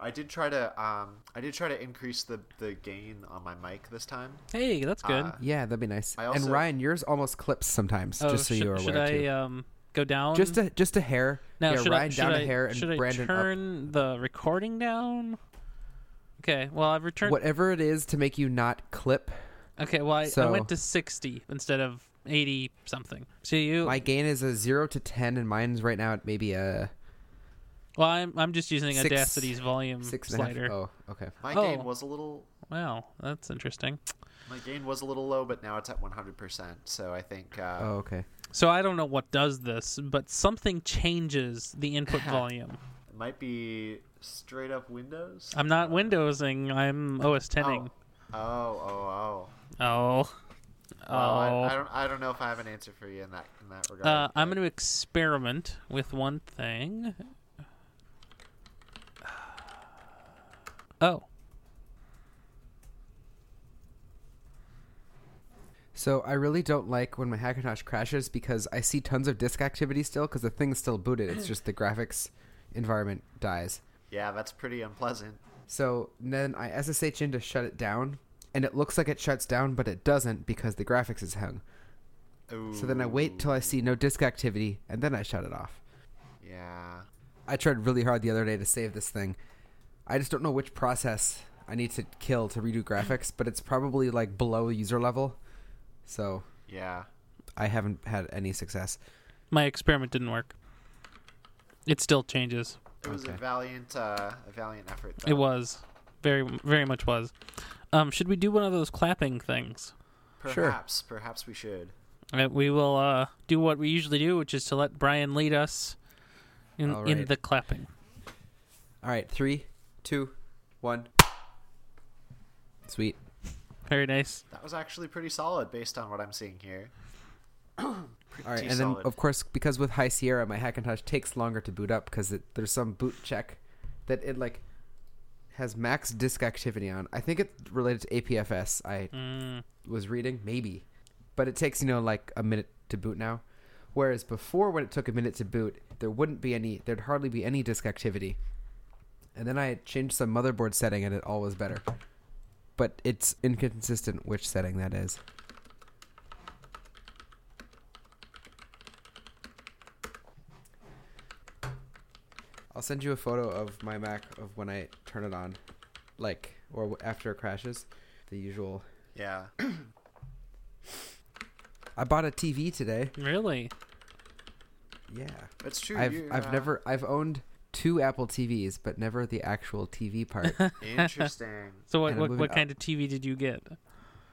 I did try to um I did try to increase the the gain on my mic this time. Hey, that's good. Uh, Yeah, that'd be nice. I and also- Ryan, yours almost clips sometimes, oh, just so should, you're aware. should too. I um go down? just a just a hair. now, yeah, should I, Ryan should down I, a hair and should I Brandon up. turn the recording down? Okay. Well, I've returned. Whatever it is to make you not clip, Okay. Well, I, I So- went to sixty instead of eighty something. So you. my gain is a zero to ten, and mine's right now at maybe a well, I'm I'm just using Six- Audacity's volume six and a half. Hmm, slider. Oh, okay. My Oh. gain was a little Wow, that's interesting. my gain was a little low, but now it's at 100%. So I think uh, Oh, okay. So I don't know what does this, but something changes the input volume. it might be straight up Windows. I'm not Windowsing. I'm OS oh. Xing. oh, oh, oh. Oh. Oh. Well, I, I don't I don't know if I have an answer for you in that in that regard. Uh, I'm but- going to experiment with one thing. Oh, So I really don't like when my Hackintosh crashes because I see tons of disk activity still because the thing's still booted. It's just the graphics environment dies. Yeah, that's pretty unpleasant. So then I SSH in to shut it down, and it looks like it shuts down, but it doesn't because the graphics is hung. Ooh. So then I wait till I see no disk activity, and then I shut it off. Yeah. I tried really hard the other day to save this thing. I just don't know which process I need to kill to redo graphics, but it's probably like below user level. So Yeah. I haven't had any success. my experiment didn't work. It still changes. It was a Okay. valiant uh, a valiant effort. It Oh. though. was very very much was. Um, should we do one of those clapping things? Sure. Perhaps, perhaps we should. Uh, we will uh, do what we usually do, which is to let Brian lead us in All in right. the clapping. All right, three, two, one. Sweet. Very nice. That was actually pretty solid based on what I'm seeing here. All right, Pretty and then solid. of course because with High Sierra, my Hackintosh takes longer to boot up because there's some boot check that it like has max disk activity on. I think it's related to APFS. I Mm, was reading, maybe. But it takes, you know, like a minute to boot now. Whereas before, when it took a minute to boot, there wouldn't be any, there'd hardly be any disk activity. And then I changed some motherboard setting and it all was better. But it's inconsistent which setting that is. I'll send you a photo of my Mac of when I turn it on, like, or w- after it crashes, the usual Yeah. I bought a TV today. really? Yeah. It's true. I've you're, I've uh, never I've owned two Apple TVs, but never the actual TV part. Interesting. So what And I'm what, moving what up. kind of TV did you get?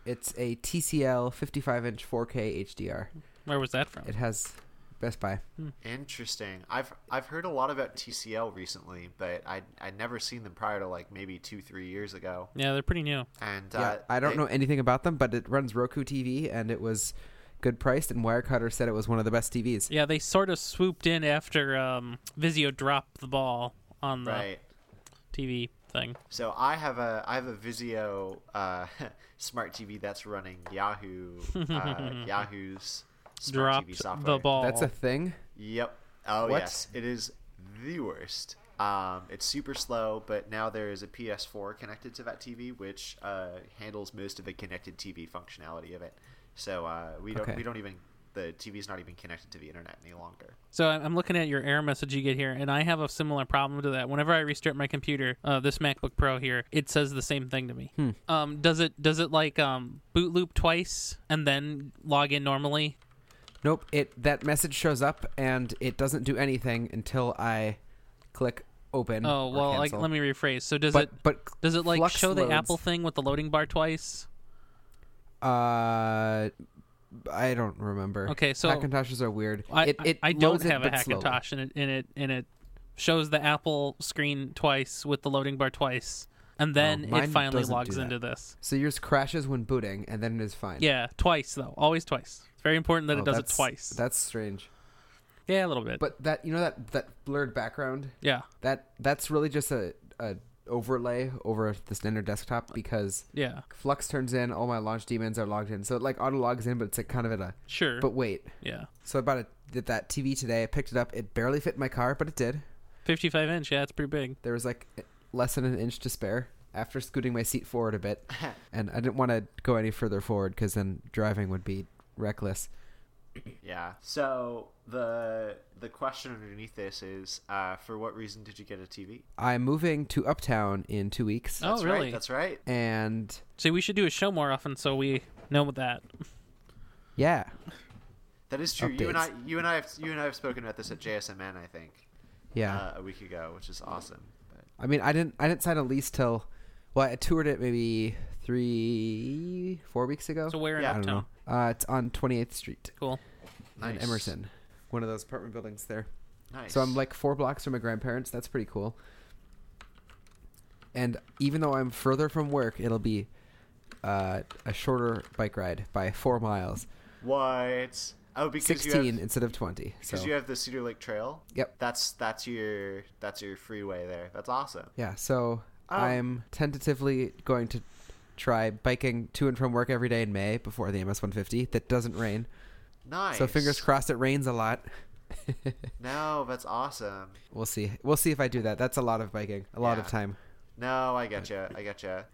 it's a TCL 55 inch 4K HDR. Where was that from? It has Best Buy. Interesting. I've I've heard a lot about TCL recently, but I I'd never seen them prior to like maybe two three years ago. Yeah, they're pretty new. And yeah, uh, I don't they- know anything about them, but it runs Roku TV, and it was good priced. And Wirecutter said it was one of the best TVs. Yeah, they sort of swooped in after um, Vizio dropped the ball on the Right. TV thing. So I have a I have a Vizio uh, smart TV that's running Yahoo uh, Yahoo's smart TV dropped software. the ball. That's a thing. Yep. Oh What? yes, it is the worst. Um, it's super slow, but now there is a PS4 connected to that TV, which uh, handles most of the connected TV functionality of it. So uh, we don't Okay. we don't even the TV's not even connected to the internet any longer. so I'm I'm looking at your error message you get here, and I have a similar problem to that. Whenever I restart my computer, uh, this MacBook Pro here, it says the same thing to me. Hmm. Um, does it does it like um, boot loop twice and then log in normally? Nope. It that message shows up, and it doesn't do anything until I click open. Oh or well, like cancel. let me rephrase. So does Hmm. But it but does it like Flux show the loads- Apple thing with the loading bar twice? Uh, I don't remember. Okay, so- Macintoshes are weird. I, it, it I, I don't loads it, have a but slowly. Hackintosh, and it, and it and it shows the Apple screen twice with the loading bar twice, and then it Oh, mine finally doesn't do logs that. into this. So yours crashes when booting, and then it is fine. Yeah, twice though, always twice. It's very important that Oh, it does it that's- twice. That's strange. yeah, a little bit. But that you know that that blurred background yeah, that that's really just a, a overlay over the standard desktop because yeah, Flux turns in all my launch demons are logged in, so it like auto logs in, but it's like kind of at a. sure. But wait, yeah, so I bought it did that TV today. I picked it up. It barely fit my car, but it did. fifty-five inch. Yeah, it's pretty big. There was like less than an inch to spare after scooting my seat forward a bit. and I didn't want to go any further forward because then driving would be reckless. Yeah. So the the question underneath this is, uh, for what reason did you get a TV? I'm moving to Uptown in two weeks. Oh, That's really? Right, that's right. And See, we should do a show more often so we know that. yeah, That is true. You and I, Updates. you and I, have, you and I have spoken about this at JSMN, I think, yeah. uh, a week ago, which is awesome. But I mean, I didn't I didn't sign a lease till well, I toured it maybe three four weeks ago. So we're in Yeah. I don't know. Uptown. Uh, it's on 28th Street Cool. nice. in Emerson, one of those apartment buildings there. Nice. So I'm like four blocks from my grandparents. That's pretty cool. And even though I'm further from work, it'll be uh, a shorter bike ride by four miles, what? Oh, because sixteen you have, instead of twenty. So because you have the Cedar Lake Trail. Yep. That's that's your that's your freeway there. That's awesome. yeah, so Oh. I'm tentatively going to try biking to and from work every day in May before the MS 150 that doesn't rain. Nice. So fingers crossed it rains a lot. No, that's awesome. we'll see. We'll see if I do that. That's a lot of biking, a lot of Yeah. time, No, I getcha. I getcha.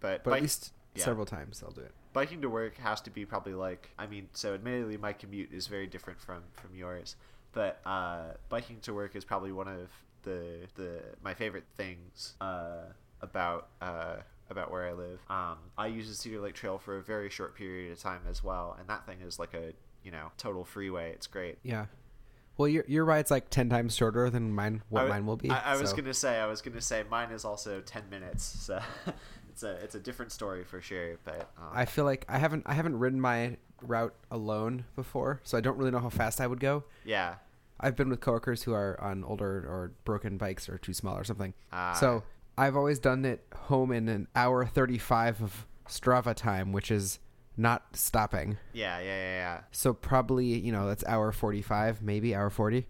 But, but bike, at least yeah. several times I'll do it. biking to work has to be probably like I mean, so admittedly my commute is very different from from yours, but uh, biking to work is probably one of the the my favorite things uh, about uh, about where I live. Um, I use the Cedar Lake Trail for a very short period of time as well, and that thing is like a you know total freeway. It's great. Yeah. Well, your your ride's like ten times shorter than mine. What I w- mine will be. I, I was so- gonna say, I was gonna say, mine is also ten minutes, so it's a it's a different story for sure. But um, I feel like I haven't I haven't ridden my route alone before, so I don't really know how fast I would go. yeah, I've been with coworkers who are on older or broken bikes or too small or something. Ah. so I've always done it home in an hour thirty five of Strava time, which is not stopping. yeah, yeah, yeah, So probably, you know, that's hour 45, maybe hour 40.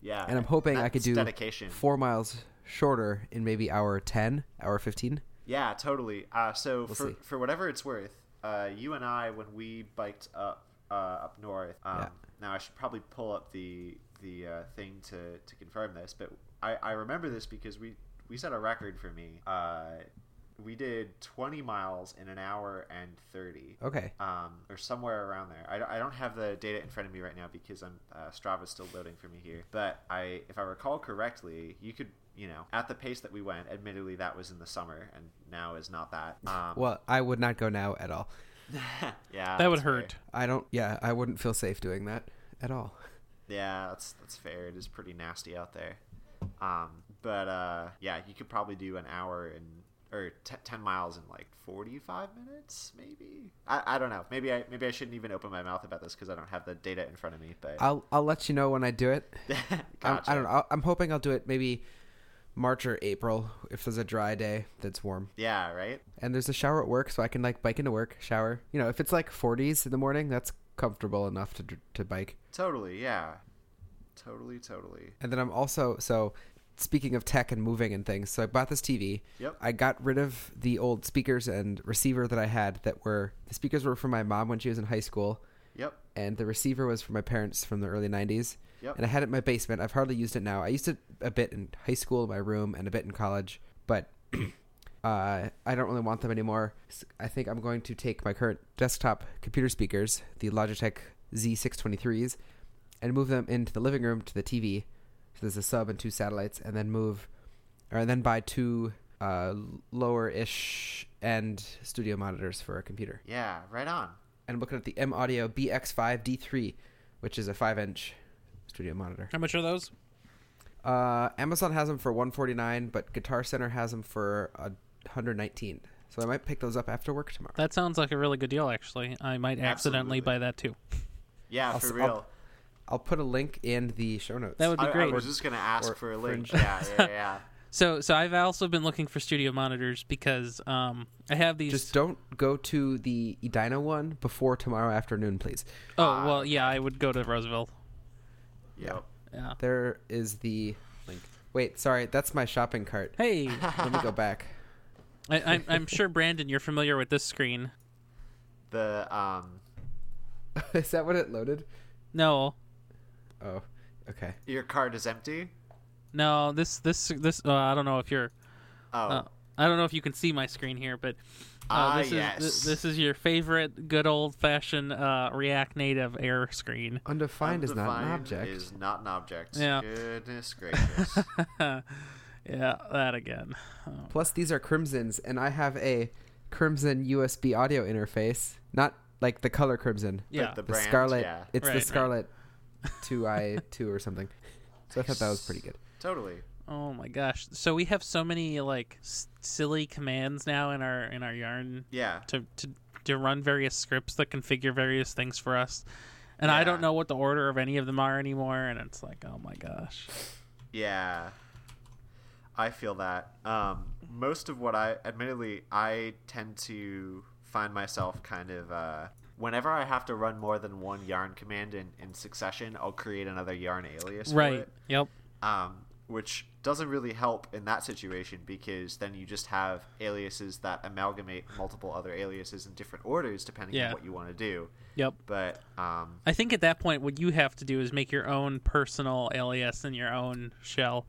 yeah. And I'm hoping I That's could do dedication. 4 miles shorter in maybe hour 10, hour 15. Yeah, totally. Uh, so for see. for whatever it's worth, uh, you and I when we biked up uh, up north. Um, Yeah. Now I should probably pull up the the uh, thing to to confirm this, but I I remember this because we we set a record for me. Uh, we did 20 miles in an hour and 30. Okay. um, or somewhere around there. I, I don't have the data in front of me right now because I'm uh, Strava's still loading for me here. But I, if I recall correctly, you could, you know, at the pace that we went. Admittedly, that was in the summer, and now is not that. Um, Well, I would not go now at all. yeah, that would that's fair. hurt. I don't yeah, I wouldn't feel safe doing that at all. Yeah, that's that's fair. It is pretty nasty out there. Um, but uh, yeah, you could probably do an hour and or t- ten miles in like forty-five minutes, maybe. I, I don't know. Maybe I maybe I shouldn't even open my mouth about this because I don't have the data in front of me. But I'll I'll let you know when I do it. I'm, Gotcha. I don't know. I'll, I'm hoping I'll do it maybe March or April if there's a dry day that's warm. Yeah, right. And there's a shower at work so I can like bike into work, shower. You know, if it's like 40s in the morning, that's comfortable enough to dr- to bike. Totally, yeah. Totally, totally. And then I'm also so speaking of tech and moving and things. So I bought this TV. Yep. I got rid of the old speakers and receiver that I had that were the speakers were from my mom when she was in high school Yep. and the receiver was from my parents from the early 90s. Yep. And I had it in my basement. I've hardly used it now. I used it a bit in high school in my room and a bit in college, but uh, I don't really want them anymore. S- I think I'm going to take my current desktop computer speakers, the Logitech Z623s, and move them into the living room to the TV. So there's a sub and two satellites, and then move, or then buy two uh, lower-ish end studio monitors for a computer Yeah, right on. and I'm looking at the M Audio BX5D3, which is a five-inch studio monitor. How much are those? Uh, Amazon has them for 149, but Guitar Center has them for uh, 119. So I might pick those up after work tomorrow. That sounds like a really good deal, actually. I might accidentally Absolutely. buy that too. Yeah, I'll for s- real. I'll- I'll put a link in the show notes. That would be I, I great. was just gonna ask or for a link. fringe. Yeah, yeah, yeah. So, so I've also been looking for studio monitors because um, I have these. Just don't go to the Edina one before tomorrow afternoon, please. Ah. oh well, yeah, I would go to Roseville. yep. Yeah. There is the link. Wait, sorry, that's my shopping cart. Hey, Let me go back. I, I'm, I'm sure Brandon, you're familiar with this screen. The um, is that what it loaded? No, Oh, okay. your card is empty. no, this this this. Uh, I don't know if you're Oh, Uh, I don't know if you can see my screen here, but uh, Ah, this, is, yes. th- this is your favorite good old fashioned uh, React Native error screen. Undefined, is not an undefined object. Is not an object. Yeah. Goodness gracious. yeah, that again. Um, Plus, these are crimsons, and I have a crimson USB audio interface, not like the color crimson. Yeah. Like the The brand. scarlet. Yeah. It's Right, the right. scarlet two I two or something. So I thought that was pretty good. Totally. Oh my gosh! So we have so many like s- silly commands now in our in our yarn Yeah. to to to run various scripts that configure various things for us, and I don't Yeah. know what the order of any of them are anymore. And it's like, oh my gosh. Yeah. I feel that. Um, most of what I, admittedly, I tend to find myself kind of, uh, whenever I have to run more than one yarn command in, in succession, I'll create another yarn alias. For Right. it. Yep. um, which doesn't really help in that situation because then you just have aliases that amalgamate multiple other aliases in different orders depending Yeah. on what you want to do. Yep. But um, I think at that point, what you have to do is make your own personal alias and your own shell.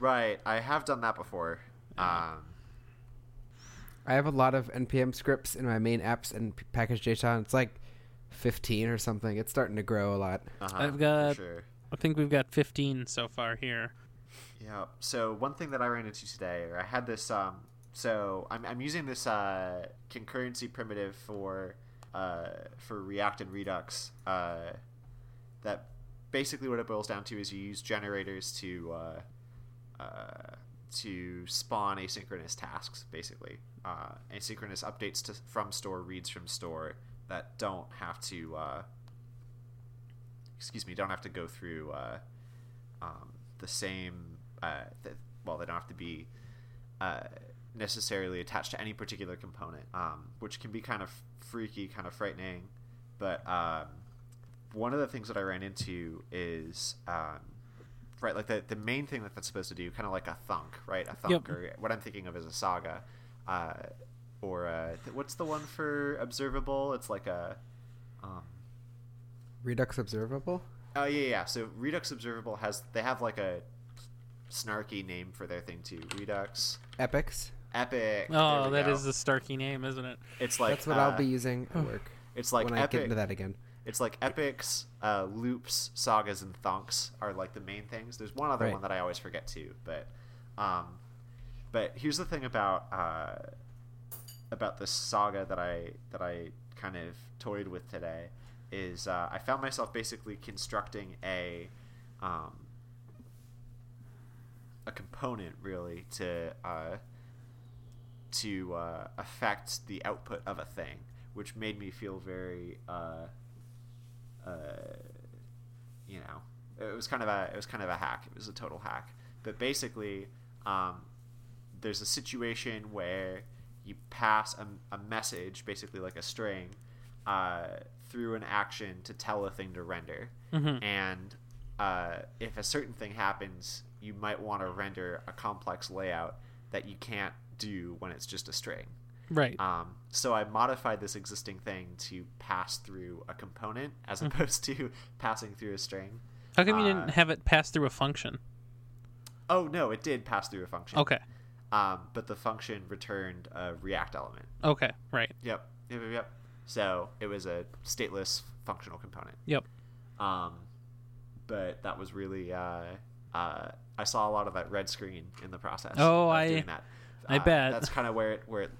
right, I have done that before. Um, I have a lot of npm scripts in my main apps and p- package.json. It's like 15 or something. It's starting to grow a lot. uh-huh, I've for got- sure. I think we've got 15 so far here. Yeah. So one thing that I ran into today, or I had this. Um, so I'm, I'm using this uh, concurrency primitive for uh, for React and Redux. Uh, that basically what it boils down to is you use generators to uh, uh, to spawn asynchronous tasks, basically uh, asynchronous updates to from store, reads from store that don't have to uh, excuse me, don't have to go through. Uh, um, the same. Uh, th- well, they don't have to be uh, necessarily attached to any particular component, um, which can be kind of freaky, kind of frightening. But um, one of the things that I ran into is um, right, like the the main thing that that's supposed to do, kind of like a thunk, right? A thunk, or what I'm thinking of as a saga, uh, or a, th- what's the one for observable? It's like a um, Redux observable? Oh yeah, yeah. So Redux Observable has they have like a snarky name for their thing too. Redux Epics. Epic. Oh, there we that go. is the Starkey name, isn't it? It's like That's what uh, I'll be using at work It's like when I epic. get into that again. It's like epics, uh, loops, sagas, and thunks are like the main things. There's one other Right. one that I always forget too, but um, but here's the thing about uh, about this saga that I that I kind of toyed with today is uh, I found myself basically constructing a um, a component really to uh, to uh, affect the output of a thing, which made me feel very uh, uh, you know it was kind of a it was kind of a hack. It was a total hack. But basically, um, there's a situation where you pass a, a message, basically like a string, uh, through an action to tell a thing to render. And uh, if a certain thing happens, you might want to render a complex layout that you can't do when it's just a string. Right. Um, so I modified this existing thing to pass through a component as Hmm. opposed to passing through a string. How come you uh, didn't have it pass through a function? Oh no, it did pass through a function. Okay. Um, but the function returned a React element. Okay. Right. Yep. Yep. Yep. yep. So it was a stateless functional component. Yep. Um, but that was really uh, uh, I saw a lot of that red screen in the process. Oh, of I- doing that. I Uh, bet. that's kind of where it where it,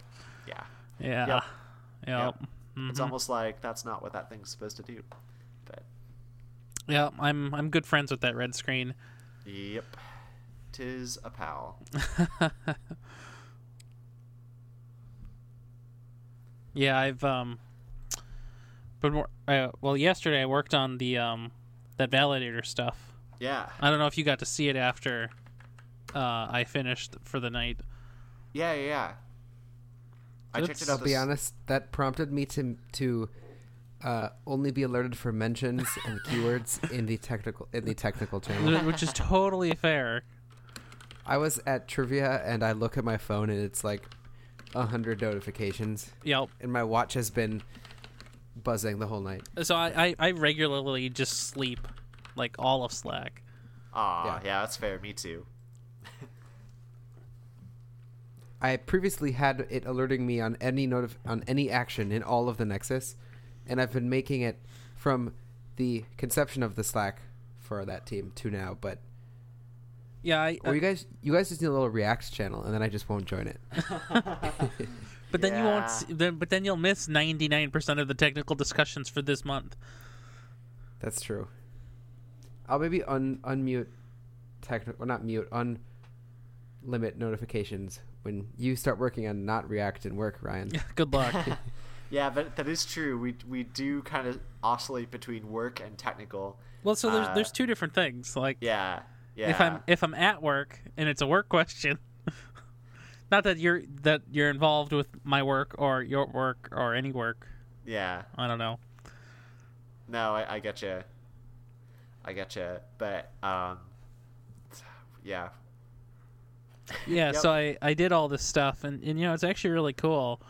yeah. Yeah. Yep. Yep. Yep. Mm-hmm. It's almost like that's not what that thing's supposed to do. But Yeah, I'm I'm good friends with that red screen. yep, tis a pal. Yeah, I've um been wor- uh, well yesterday I worked on the um that validator stuff. Yeah. I don't know if you got to see it after uh, I finished for the night. Yeah. Yeah. yeah. I checked it It's- out. I'll be this- honest, that prompted me to to uh, only be alerted for mentions and keywords in the technical in the technical channel. which is totally fair. I was at trivia and I look at my phone and it's like a hundred notifications, Yep. and my watch has been buzzing the whole night. So I, I, I regularly just sleep like all of Slack. Aw, Yeah. yeah, that's fair. Me too. I previously had it alerting me on any notif- on any action in all of the Nexus, and I've been making it from the conception of the Slack for that team to now. But Yeah, I, Uh, uh, or you guys, you guys just need a little Reacts channel, and then I just won't join it. but then you Yeah. won't. s- Then, but then you'll miss ninety nine percent of the technical discussions for this month. That's true. I'll maybe un unmute technical or not mute un limit notifications when you start working on not React and work, Ryan. Good luck. Yeah, but that is true. We we do kind of oscillate between work and technical. well, so there's Uh, there's two different things. Like Yeah, yeah. if I'm if I'm at work and it's a work question, not that you're that you're involved with my work or your work or any work. yeah, I don't know. no, I, I getcha. I getcha. But um, yeah, yeah Yep. so I, I did all this stuff and, and you know it's actually really cool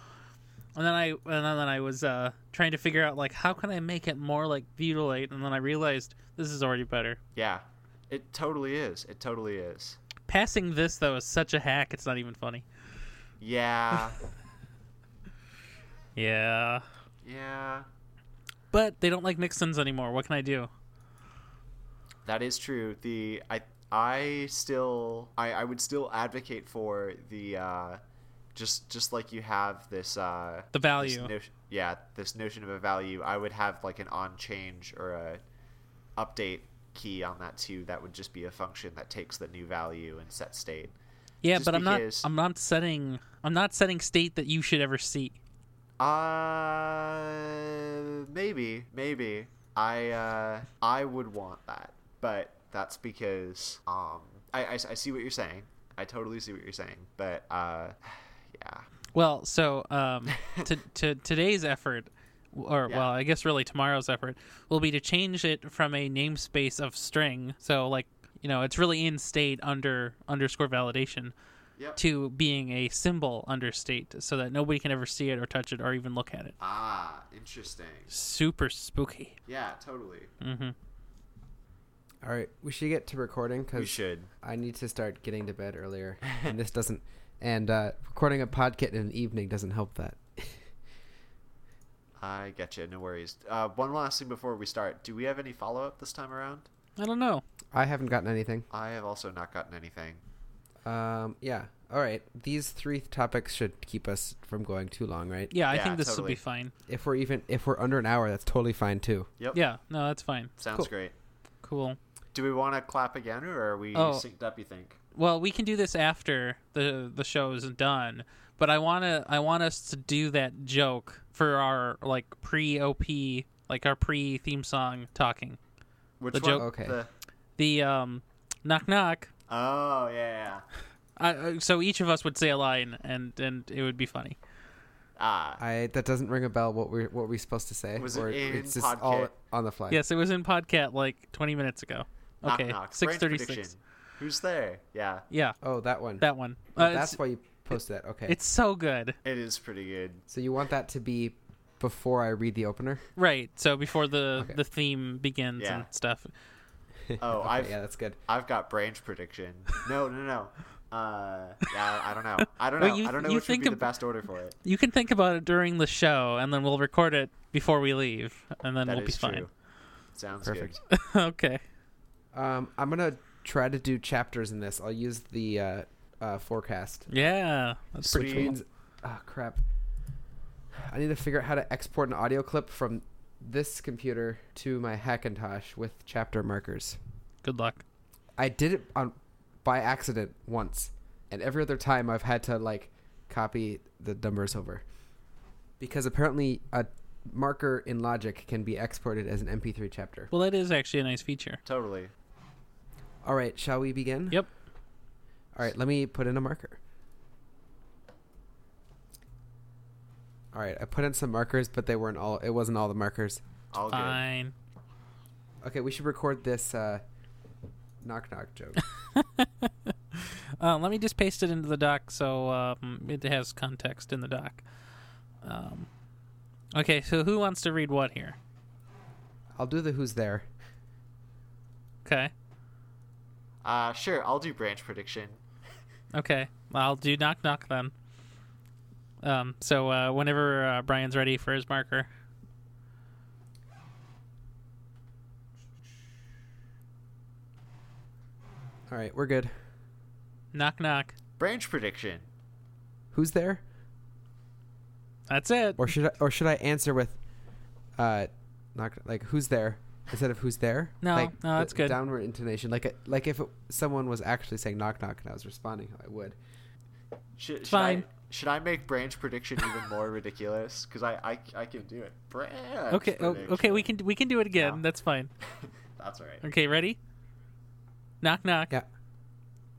and then i and then i was uh, trying to figure out like how can i make it more like butylate and then i realized this is already better yeah. It totally is. It totally is. passing this though is such a hack it's not even funny Yeah, yeah yeah. but they don't like mixins anymore what can i do That is true. The I I still I, I would still advocate for the uh, just just like you have this uh, The value. this notion- yeah, this notion of a value. I would have like an on change or a update key on that too. That would just be a function that takes the new value and set state. yeah Just but i'm not because- i'm not setting i'm not setting state that you should ever see Uh, maybe, maybe. I uh, I would want that, but that's because um, I, I, I see what you're saying. I totally see what you're saying, but uh, yeah, Well, so um, to, to today's effort, or Yeah. well, I guess really tomorrow's effort will be to change it from a namespace of string. So like you know, it's really in state under underscore validation yep. to being a symbol under state, so that nobody can ever see it or touch it or even look at it. Ah, interesting. Super spooky. Yeah, totally. Mm-hmm. All right, we should get to recording We because should. I need to start getting to bed earlier, and this doesn't. And uh, recording a podcast in the evening doesn't help that. I getcha. No worries. Uh, one last thing before we start. Do we have any follow up this time around? I don't know. I haven't gotten anything. I have also not gotten anything. Um, yeah. All right. These three topics should keep us from going too long, right? Yeah, I Yeah, think this will totally. be fine. If we're even if we're under an hour, that's totally fine too. Yep. Yeah, no, that's fine. Sounds Cool. great. Cool. Do we want to clap again, or are we Oh. synced up? You think? well we can do this after the the show is done but i want to i want us to do that joke for our like pre op like our pre theme song talking Which The one? joke- Okay. The- the um knock knock Oh yeah, yeah. I, uh, so each of us would say a line and and it would be funny Ah, I that doesn't ring a bell. What we what we're supposed to say? Was it Or in it's just all podcast? on the fly. yes it was in podcast like 20 minutes ago knock okay knock. Branch 636 prediction. Who's there? Yeah, yeah Oh, that one. that one Oh, uh, that's it's, why you posted that. Okay. it's so good it is pretty good. so you want that to be before I read the opener? right so before the Okay. the theme begins Yeah. and stuff Oh, Okay, I've yeah, that's good. I've got branch prediction. No, no, no. Uh, yeah, I don't know. I don't know. Well, you- I don't know you which would think be the of- best order for it. You can think about it during the show, and then we'll record it before we leave, and then That is we'll be fine. true. Sounds Perfect. good. okay. Um, I'm gonna try to do chapters in this. I'll use the uh, uh, forecast, Yeah. That's which Sweet. means, oh crap, I need to figure out how to export an audio clip from this computer to my Hackintosh with chapter markers. good luck. I did it on by accident once, and every other time I've had to like copy the numbers over because apparently a marker in Logic can be exported as an MP3 chapter. Well, that is actually a nice feature. Totally. All right, shall we begin? Yep. All right, let me put in a marker. All right, I put in some markers, but they weren't all. It wasn't all the markers. All good. Fine. Okay, we should record this uh, knock knock joke. Uh, let me just paste it into the doc so um, it has context in the doc. Um, okay, so who wants to read what here? I'll do the who's there. Okay. Uh, sure. I'll do branch prediction. Okay. I'll do knock knock then. Um, so uh, whenever uh, Brian's ready for his marker, All right, we're good. knock knock. Branch prediction. Who's there? That's it. Or should I, or should I answer with, uh, not like who's there instead of who's there? No, like, no, that's the good. Downward intonation, like a, like if it, someone was actually saying knock knock and I was responding, I would. Should, should Fine. I, should I make branch prediction even more ridiculous? Because I, I I can do it. Branch. Okay, o- prediction. okay, we can we can do it again. Yeah. That's fine. That's all right. Okay, ready? Knock knock. Yeah,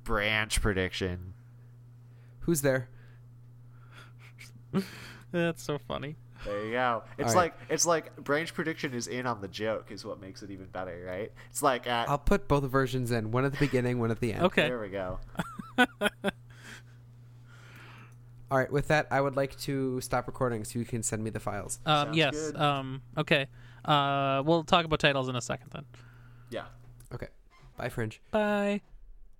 Branch prediction. who's there? That's so funny. There you go. It's right. like it's like branch prediction is in on the joke is what makes it even better, right? It's like at I'll put both versions in, one at the beginning, one at the end. Okay. there we go. All right, with that, I would like to stop recording so you can send me the files. Um, Sounds yes. good. Um, okay. Uh, we'll talk about titles in a second then. Yeah. Okay, bye, Fringe. Bye.